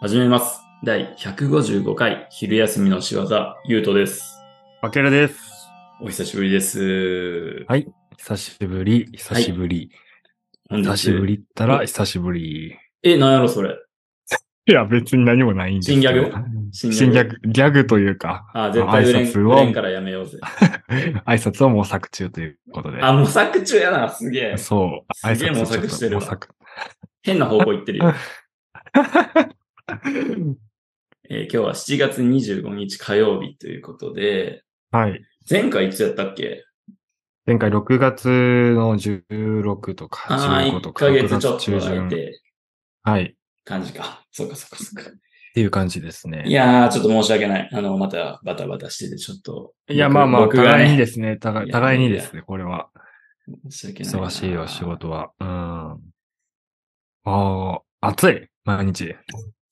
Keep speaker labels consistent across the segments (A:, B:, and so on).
A: 始めます。第155回昼休みの仕業、ゆうとです。
B: あけるです。
A: お久しぶりです。
B: はい久しぶり、久しぶり。
A: 本日
B: 久しぶりったら久しぶり。
A: え、なんやろそれ。
B: いや、別に何もないんですけど。
A: 新ギャ新ギャグ
B: 新ギャグ、ギャグというか、
A: あ、絶対売れん
B: 挨拶を
A: 売れんからやめようぜ。
B: 挨拶を模索中ということで。
A: あ、模索中やな、すげえ。
B: そう。
A: すげえ模索してるわ
B: 模索。
A: 変な方向行ってる よ。えー今日は7月25日火曜日ということで、
B: はい。
A: 前回いつやったっけ
B: 前回6月の16とか
A: ああ、
B: 15
A: 1
B: とか、
A: ヶ月ちょ
B: 6
A: っと空い
B: 旬。
A: て、
B: はい。っ
A: 感じか。そうかそうかそうか。
B: ていう感じですね。
A: いやー、ちょっと申し訳ない。あの、またバタバタしてて、ちょっと。
B: いやまあまあ、
A: 僕僕が
B: 互いに
A: ね
B: ですね。互い互いにですね、これは。
A: 申し訳ないな。
B: 忙しいよ、仕。事は。うん。ああ、暑い、毎日。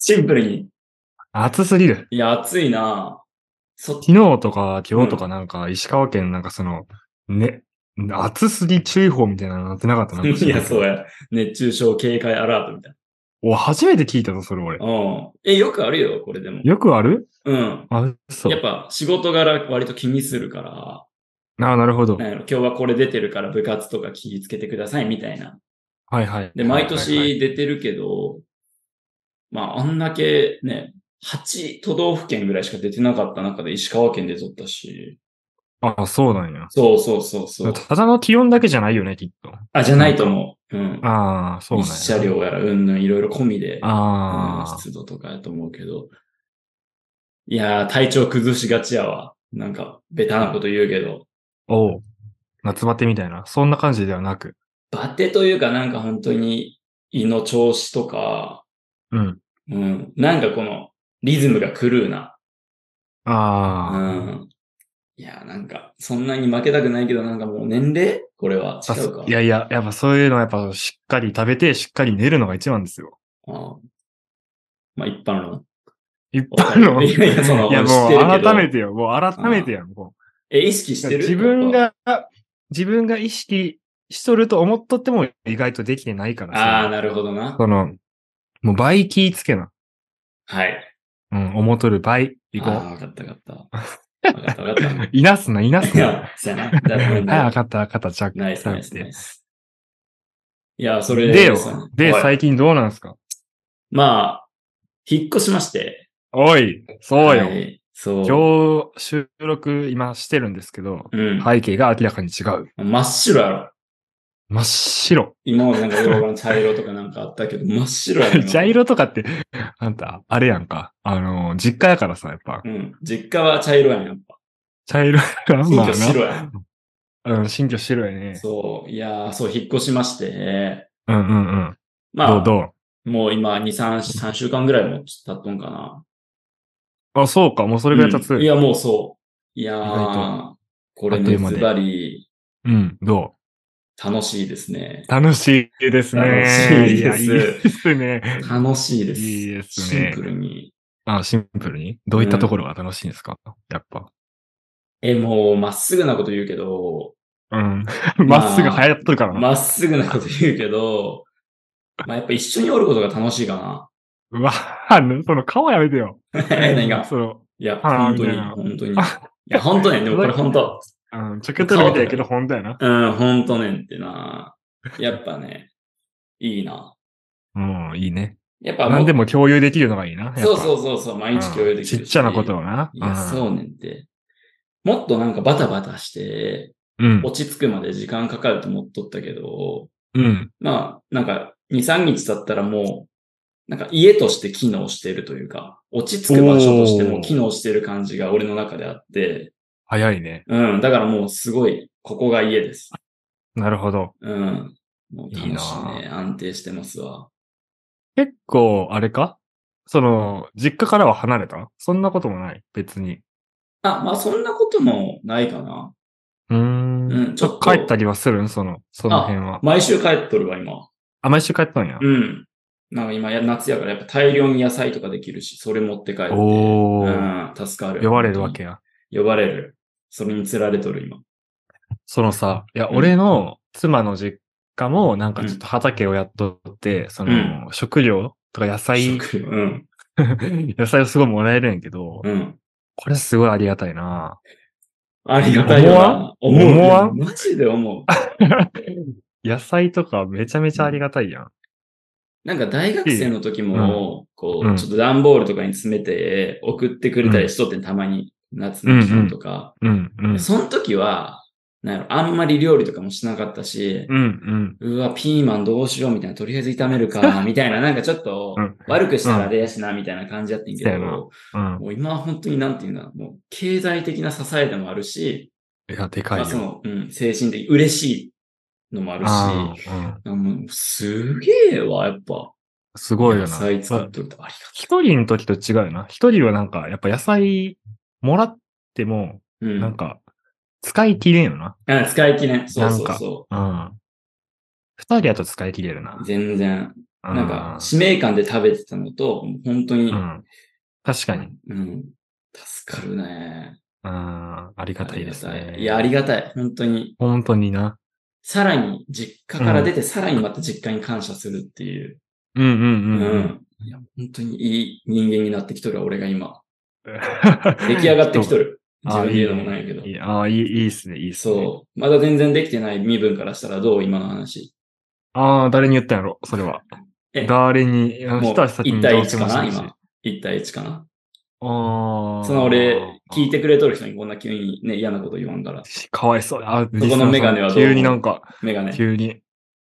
A: シンプルに。
B: 暑すぎる。
A: いや、暑いなそっち。
B: 昨日とか今日とかなんか、石川県なんかその、ね、暑すぎ注意報みたいなのなってなかったなんか知
A: い
B: らん
A: や、
B: け
A: そ
B: ど
A: うや。熱中症警戒アラートみたい
B: お、初めて聞いたぞ、それ俺
A: な。。うん。え、よくあるよ、これでも。
B: よくある
A: うん。
B: あ、そう
A: やっ。ぱ仕事柄割と気にするから、
B: あなるほど。
A: なんやろ今日はこれ出てるから部活とか気をつけてくださいみたいな。
B: はいはい。
A: で、毎
B: はいはい
A: 年出てるけど、まあ、あんだけね、8都道府県ぐらいしか出てなかった中で石川県で撮ったし、
B: はいあ、そうなんや。
A: そうそうそうそう。
B: ただの気温だけじゃないよね、きっと。
A: あ、じゃないと思う。うん。
B: ああ、そうなんや。
A: 日射量やら、うんぬん、いろいろ込みで、うん
B: ああ、
A: 湿度とかやと思うけど。いやー、体調崩しがちやわ。なんか、ベタなこと言うけど。
B: おう。夏バテみたいな。そんな感じではなく。
A: バテというか、なんか本当に胃の調子とか、
B: うん。
A: うん。なんかこの、リズムが狂うな。
B: あ
A: う
B: あ。
A: ん。いやー、なんか、そんなに負けたくないけど、なんかもう年齢これは。
B: あ
A: 違うか
B: そ。いやいや、やっぱそういうのはやっぱしっかり食べて、しっかり寝るのが一番ですよ。
A: うんまあ、一般論。
B: 一般の。
A: いやいやその
B: いや
A: 知っ
B: も
A: て
B: う
A: るけど
B: 改めてよ。もう改めてやん。も
A: え、意識し
B: う
A: てる
B: 自分。が、自分が意識しとると思っとっても意外とできてないから
A: ああー、
B: さ。
A: なるほどな。
B: その、もう倍気ぃつけな。
A: はい。
B: うん、思っとる倍。
A: あ
B: いこ
A: あー、
B: う。
A: わかったわかった。わかったわかった。
B: いなすな、い なす
A: い
B: な。
A: や、そうやな。だ
B: はい、分か
A: か
B: った、分かった、じゃあ、
A: ナイスナイス
B: 食べ
A: ナ
B: て
A: イス。いや、それ
B: でよ
A: その。
B: で、
A: はい
B: 最近どうなんすか
A: まあ、引っ越しまして。
B: おい、そう
A: は
B: よ。
A: いそう。
B: 今日収録今してるんですけど、
A: うん。
B: 背景が明らかに違う。
A: 真っ白やろ。
B: 真っ白。
A: 今までなんか洋画の茶色とかなんかあったけど、真っ白やろ。今
B: 茶色とかって、あんた、あれやんか。あの、実家やからさ、やっぱ
A: う。ん。実家は茶色やん、やっぱ。
B: 茶色やから、
A: 新
B: まあ
A: 居白
B: な。
A: やん。
B: うん、新居白やね。
A: そう。いやー、そう、引っ越しまして。
B: うんうんうん。ど
A: ま
B: う
A: あ、
B: ど
A: もう今、2、3、3週間ぐらいも経っとんかな。
B: うあ、そうか、もうそれぐらい経
A: うん
B: つ
A: い。や、もうそう。いや
B: 意外
A: ー、これ
B: あっとい
A: ね、
B: う間
A: ズ
B: で
A: バリ
B: うん、ど
A: 楽しいですね
B: う。楽しいですね。
A: 楽しいです
B: や、いいですね。
A: 楽しいです。
B: いいですね
A: シンプルに。
B: あ、シンプルに。どういったところが楽しいんですかやっぱ。
A: え、もう、まっすぐなこと言うけど、
B: うん。
A: まあ
B: まっすぐ流行っとるからな。
A: まっすぐなこと言うけど、まあ、やっぱ一緒におることが楽しいか
B: うわ、その顔やめてよ。
A: な。何が。
B: その、
A: いや、
B: あー
A: 本当に、
B: みたいな
A: 本当に。いや、本当ねん。でもこれ本当。
B: うん、ちょけとるみたいやけど、本当やな。
A: うん、本当ねんってな。やっぱね、いいな。
B: うん、いいね。
A: やっぱ
B: 何で
A: も
B: も共有できるのがいいな。や
A: う、
B: っぱ
A: そうそうそうそう、毎日共有できるし、
B: うんちっちゃなことをな。
A: いや、
B: う
A: そ
B: ん。
A: うねんって。もっとなんかバタバタして、
B: うん。
A: 落ち着くまで時間かかると思っとったけど、
B: うん。
A: まあ、なんか、2、3日経ったらもう、なんか家として機能してるというか、落ち着く場所としても機能してる感じが俺の中であって、
B: 早いね。
A: うん、だからもうすごい、ここが家です。
B: なるほど。
A: うん。もう楽しい
B: いい
A: ね。
B: な
A: 安定してますわ。
B: 結構、あれかその、実家からは離れたそんなこともない。別に。
A: あ、まあそんなこともないかな。
B: うーん。
A: うんちょっと
B: 帰ったりはするんその、その辺は。
A: 毎週帰っとるわ、今。
B: あ、毎週帰ったんや。
A: うん。なんか今や、夏やからやっぱ大量に野菜とかできるし、それ持って帰って。
B: おー。
A: うん、助かる。
B: 呼ばれるわけや。
A: 呼ばれる。それに釣られとる今。
B: そのさ、いや、
A: うん
B: 俺の妻の実家も、なんかちょっと畑をやっとって、その、食料とか野菜
A: 食料うん。
B: 野菜をすごいもらえるんやけど、
A: うん。
B: これすごいありがたいな。
A: ありがたいよな。
B: 思わん思わん
A: マジで思う。
B: 野菜とかめちゃめちゃありがたいやん。
A: なんか大学生の時も、こ
B: う
A: う、
B: ん
A: ちょっと段ボールとかに詰めて送ってくれたりしとってんたまに、夏の期間とか。
B: うん、うん。
A: その時は、なんやろ、あんまり料理とかもしなかったし、
B: うん、
A: うわ、ピーマンどうしようみたいな、とりあえず炒めるか、みたいな、なんかちょっと
B: うん、
A: 悪くしたらあれやしな、みたいな感じやってんけ
B: そうやな
A: ど、
B: うん。う
A: もう今は本当になんていうんだ、もう経済的な支えでもあるし、
B: ん。いや、でか
A: まあ
B: い
A: そ
B: よ。
A: の、うん、精神的、嬉しいのもあるし、
B: あーうん
A: もうすげえわ、やっぱ。
B: すごい
A: 野
B: よな。
A: 菜使
B: ま
A: っとるとあり
B: 一人の時と違うよな。一人はなんか、やっぱ野菜もらっても、
A: がとう。
B: なんか、使い切れんよな。
A: うん。あ使い切れん。そうそう
B: なんか
A: そ
B: うん。二人だと使い切れるな
A: う。。全然。
B: うん
A: なんか、使命感で食べてたのと、もう本当に、
B: う
A: うん、
B: ん。確かに。
A: 助かるね。
B: うん。ありがたいです
A: ありがた
B: ね。
A: いいや、ありがたい。本当に。
B: 本当にな。
A: さらに、実家から出て、さらにまた実家に感謝するっていう。
B: うんうん
A: う
B: うんうん。
A: ん。いや、本当にいい人間になってきとるわ、俺が今。
B: 出
A: 出来上がってきと
B: る。
A: る。自分で言うのもないけど。
B: いいああ、いい、いいっすね、いいっすね。
A: そう。まだ全然できてない身分からしたらどう今の話。
B: ああ、誰に言ったんやろ、それは。
A: え
B: 誰に、あ
A: もう
B: 一足先に
A: 一対一
B: 同居も
A: かな
B: してるし
A: 今。1対1かな。
B: ああ。
A: その俺、聞いてくれとる人にこんな急にね、嫌なこと言わんから。
B: かわいそうだ。あ、
A: このメガネはどう
B: 急になんか、
A: メガネ。
B: 急に、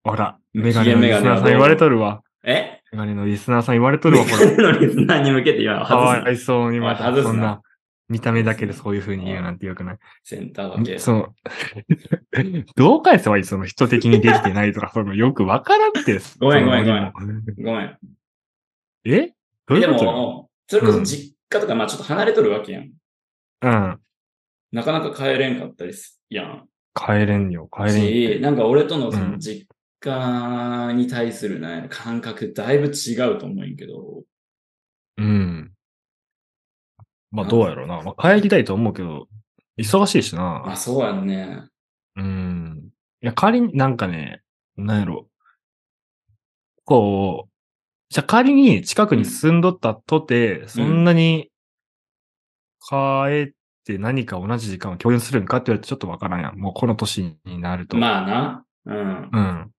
B: ほら、
A: うん
B: メガネのリスナーさん言われとるわ。
A: え
B: メガネのリスナーさん言われと
A: メ
B: るわ、ほ
A: ガ
B: ら。
A: ネのリスナーに向けて言わん。
B: かわ
A: 外
B: いそうに、ま
A: おい外す
B: た、
A: な
B: そんな、見た目だけでそういう風に言うなんてよくない。
A: す。センター分け。
B: その、 どう返せばいいその人的にできてな いとか、そのよくわからんって。
A: ごめんご
B: その
A: めん
B: 俺も
A: ごめん。
B: えどうい
A: で
B: うことよ
A: も、それこそ実家とか、まあちょっと離れとるわけやん。
B: うん。
A: なかなか帰れんかったりすやん。
B: 帰れんよ、帰れんよ。
A: し、なんか俺とのそうの
B: ん
A: 実家に対するね、感覚だいぶ違うと思うんやけど、
B: うん。まあ、どうやろうな。まあ、帰りたいと思うけど、忙しいし
A: まあ
B: な。
A: そうやんね。
B: うん。いや、仮に、なんかね、なんやろ。こう、じゃあ仮に近くに住んどったとて、そんなに帰って何か同じ時間を共有するんかって言われてちょっとわからんやん。もうこの年になると。
A: まあな。うん。
B: うん。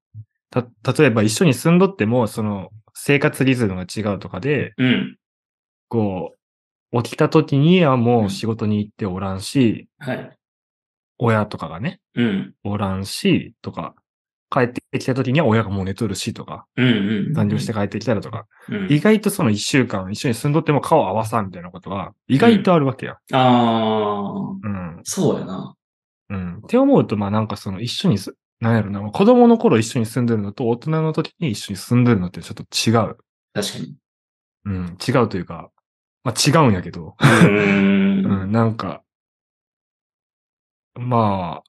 B: た、例えば一緒に住んどっても、その、生活リズムが違うとかで、
A: うん。
B: こう、起きた時にはもう仕事に行っておらんし、
A: はい。
B: 親とかがね、
A: うん。
B: おらんし、とか、帰ってきた時には親がもう寝とるしとか、
A: うんうんうん。
B: 残業して帰ってきたらとか、
A: うん
B: 意外とその一週間一緒に住んどっても顔合わさんみたいなことは、意外とあるわけや。
A: ああ、
B: うん。
A: そうやな。
B: うん。って思うと、まあなんかその一緒にす、なんやろな、子供の頃一緒に住んでるのと大人の時に一緒に住んでるのってちょっと違う。
A: 確かに。
B: うん、違うというか、まあ違うんやけど、
A: うー。
B: うんん、なんか、ま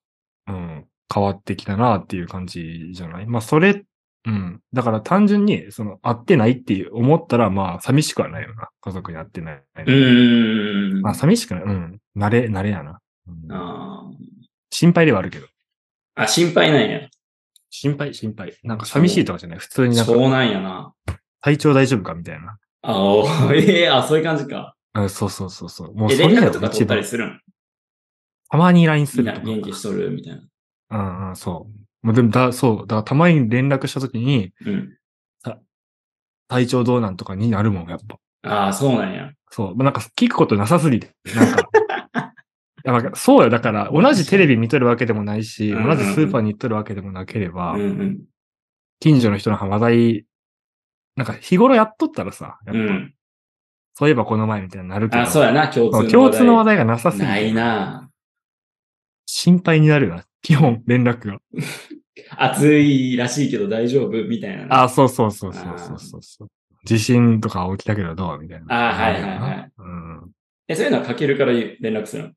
B: あ、うん、変わってきたなっていう感じじゃないまあ、それ、うん。だから単純に、その、会ってないっていう思ったら、まあ、寂しくはないよな。家族に会ってない。
A: うーん。
B: まあ、寂しくない。うん。慣れ、慣れやな、うん
A: あー
B: 心配ではあるけど。
A: あ、心配なんや。
B: 心配、心配。なんか寂しいとかじゃない。普通になんか、
A: そうなんやな。
B: 体調大丈夫かみたいな。
A: あおええあ、そういう感じか。
B: うん、そうそうそうそう。もう
A: え、
B: そ
A: 連
B: れだ
A: 絡
B: よ
A: とか、取
B: 一
A: ったり
B: 番。
A: するん
B: たまに LINE す
A: みん
B: る
A: な
B: とか。
A: 元気しとるみたいな。
B: うんうん、そう。もうでも、だ、そう。だからたまに連絡したときに、
A: うん。
B: 体調どうなんとかになるもん、やっぱ。
A: ああ、そうなんや。
B: そう。まあなんか聞くことなさすぎて。な んか。いやなんかそうよ。だから、同じテレビ見とるわけでもないし、
A: うん
B: 同じスーパーに行っとるわけでもなければ
A: うん、うん。
B: 近所の人の話題、なんか日頃やっとったらさ、や
A: う
B: っぱ
A: ん。
B: そういえばこの前みたいになるけど、
A: あ、そうやな、共通の
B: そう
A: 話題。
B: 共通の話題がなさすぎ
A: ない
B: て、
A: な。
B: 心配になるよな。基本、連絡が。
A: 暑いらしいけど大丈夫みたいな。
B: あ、そうそうそうそうそうそうそう。地震とか起きたけどどうみたいな。
A: あはいはいはい。
B: うん。
A: え、そういうのはかけるから連絡するの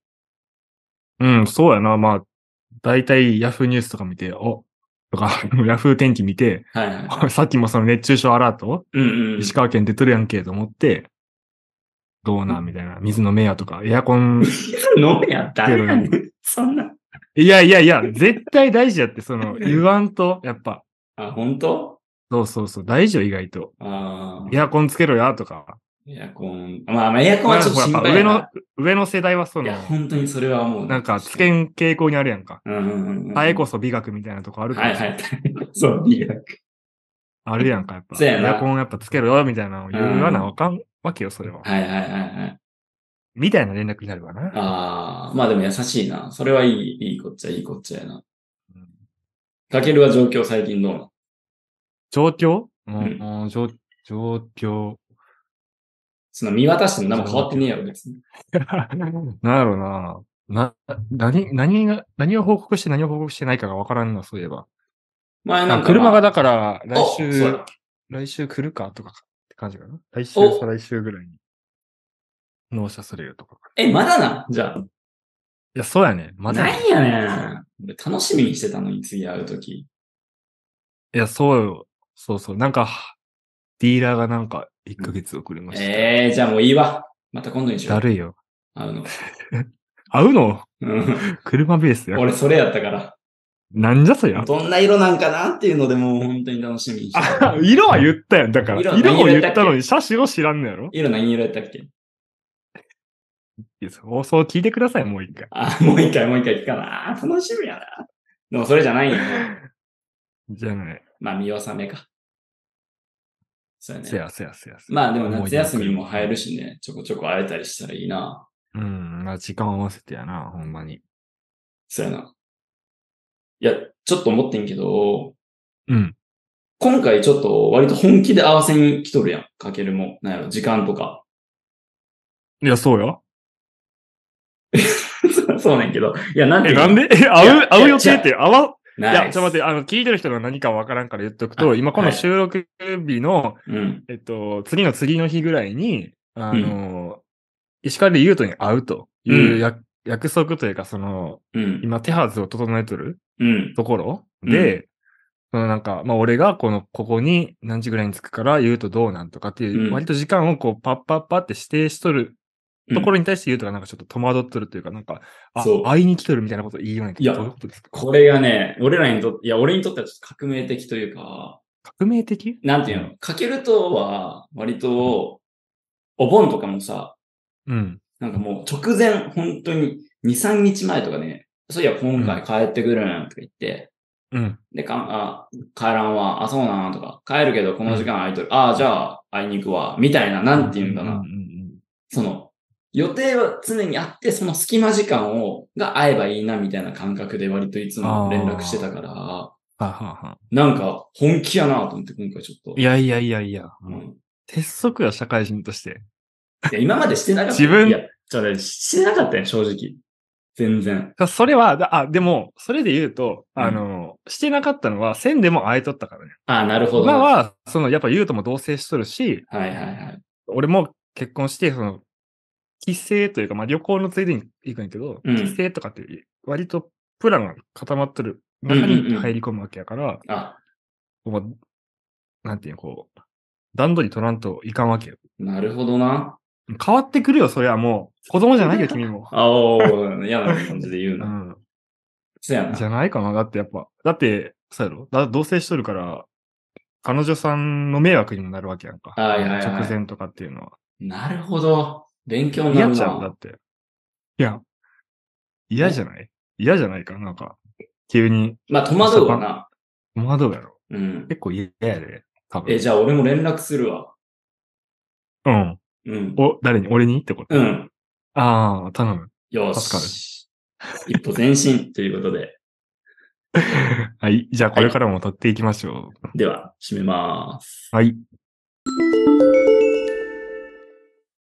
B: うん、そうやな。まあ、大体ヤフーニュースとか見て、おとか、 ヤフー天気見て、
A: はいはい。
B: さっきもその熱中症アラート、
A: うんうん。
B: 石川県出とるやんけと思って、どうなんみたいな。水飲めやとか、エアコン、
A: 飲めやった。誰やねんそんな。
B: いやいやいや、絶対大事やって、その、言わんと、やっぱ、
A: あ、本当
B: そうそうそう、大事よ、意外と。
A: ああ。
B: エアコンつけろやとか、
A: エアコン。まあ、まあ、エアコンはちょっと心
B: ほら
A: 配
B: やっ
A: だ
B: ぱ
A: な。
B: 上の、上の世代はそ
A: い
B: の
A: や、、本当にそれはもう。
B: なんか、つけん傾向にあるやんか。
A: うんうんうんうん。
B: あえこそ美学みたいなとこあるか
A: は
B: ら
A: い
B: さ、
A: はい。 そう、美学。
B: あるやんか、やっぱ。
A: そうやな
B: エアコンやっぱつけろよ、みたいなのを言わ
A: う
B: なんあかんわけよ、それは。
A: はいはいはいはい。
B: みたいな連絡になるわな。
A: ああ、まあでも優しいな。それはいい、いいこっちゃ、いいこっちゃやな
B: うん。
A: かけるは状況最近どうなの
B: 状況うん
A: ん、
B: うん状状況。
A: その見渡しても何も変わってねえやろ、別に。
B: なんだろうな。な、何、何が、何を報告して何を報告してないかがわからんな、そういえば。
A: 前なんか、
B: 車が
A: だ、
B: だから、来
A: おそう
B: 週
A: や、
B: 来週来るかとかって感じかな。来週、
A: お
B: 再来週ぐらいに。納車されるとか。
A: え、まだなじゃあ。
B: いや、そうやね。まだ。
A: ないんやねん。俺楽しみにしてたのに、次会うとき。
B: や、そうよ。そうそう。なんか、ディーラーがなんか、1ヶ月遅れました。
A: ええー、じゃあもういいわ。また今度にしよ
B: だ
A: う。
B: るいよ。
A: 会うの。
B: 会うの
A: うん
B: 車ベースや。
A: 俺それやったから。
B: なんじゃそりゃ。
A: どんな色なんかなっていうのでもう本当に楽しみにしてた。
B: あ 色は言ったやん。だから、
A: 色
B: 色
A: は
B: を言ったのに、車種を知らんのやろ
A: 色何色やったっけ
B: いやそうそう聞いてください、もう一回。
A: あ、もう一回もう一回聞かな。あー楽しみやな。でもそれじゃないよ。
B: じゃあね、
A: まあ見納めか。そうや
B: せ
A: ね。
B: やせやせやせや。
A: まあでも夏休みも入るしね、ちょこちょこ会えたりしたらいいな。
B: うん、まあ時間合わせてやな、ほんまに。
A: そうやな。いや、ちょっと思ってんけど、
B: うん。
A: 今回ちょっと割と本気で合わせに来とるやん。かけるも。なんやろ、時間とか。
B: いや、そうよ。
A: そうそうねんけど。いや、なんて
B: え、
A: いうの
B: なんでえ、
A: いや
B: 会う、会う予
A: い
B: 定
A: や
B: って、会わ、い
A: ナ
B: や、
A: イス
B: ちょっと待って、あの、聞いてる人が何かわからんから言っとく
A: あ
B: と、今この
A: はい
B: 収録日の、
A: うん。
B: えっと、次の次の日ぐらいに、あの、石川で優斗に会うというや約束というか、その、
A: うん。
B: 今手はずを整えとる
A: うん。
B: ところ
A: うん
B: で、そのなんか、まあ俺がこの、ここに何時ぐらいに着くから言うとどうなんとかっていうう、
A: ん
B: 割と時間をこうパッパッパって指定しとるところに対して言うとかなんかちょっと戸惑っとるというか、なんか、あ
A: そう、
B: 会いに来とるみたいなこと言いようねんけど
A: いや
B: どういうことですか
A: これがね、俺らにとって、いや、俺にとってはちょっと革命的というか、
B: 革命的
A: なんていうの、かけるとは、割と、お盆とかもさ、
B: うん。
A: なんかもう直前、本当に2、3日前とかね、そういや、今回帰ってくるんとか言って、
B: うん。
A: で、かん、あ、帰らんわ、あ、そうなんとか、帰るけどこの時間空いとる、ああ、じゃあ会いに行くわ、みたいな、なんていうんだな、
B: んん
A: その、予定は常にあって、その隙間時間を、が合えばいいな、みたいな感覚で割といつも連絡してたから、
B: ははは
A: なんか本気やなと思って今回ちょっと。
B: いやいやいやいや。
A: うん、い
B: 鉄則や、社会人として。
A: や今までしてなかった。
B: 自分
A: いや、ちょっとねしてなかったよ、正直。全然。
B: だそれは、だあ、でも、それで言うと、
A: うん
B: あの、してなかったのは、線でも会えとったからね。
A: ああ、なるほど。
B: 今
A: はい
B: は、その、やっぱ優斗も同棲しとるし、
A: はいはい。
B: 俺も結婚して、その、帰省というか、まあ旅行のついでに行くんやけど、
A: うん
B: 帰省とかって割とプランが固まってる
A: う
B: 中
A: んうん
B: に
A: うん
B: 入り込むわけやから、
A: あ、
B: もうなんていうの、こう、段取り取らんといかんわけよ。
A: なるほどな。
B: 変わってくるよ、そりゃもう。子供じゃないよ、君も。
A: あお、嫌な感じで言う
B: う
A: な。
B: ん。
A: そうやな
B: じ。ゃないかな。だってやっぱ、だって、そうやろだ同棲しとるから、彼女さんの迷惑にもなるわけやんか。
A: はいはいはい
B: 直前とかっていうのは。
A: なるほど。勉強にな
B: 嫌
A: る
B: じゃん、だ
A: な。
B: って。いや、嫌じゃない嫌じゃないかなんか、急に
A: まあ、戸惑うわな。
B: 戸惑うやろ。
A: うん。
B: 結構嫌やで、多分。
A: え、じゃあ俺も連絡するわ。
B: うん。
A: うん。
B: お、誰に俺にってこと、
A: うん。
B: ああ、頼む。
A: よ
B: 助かる
A: し。一歩前進ということで。
B: はい。じゃあ、これからも撮っていきましょ
A: では、締めます。
B: う。はい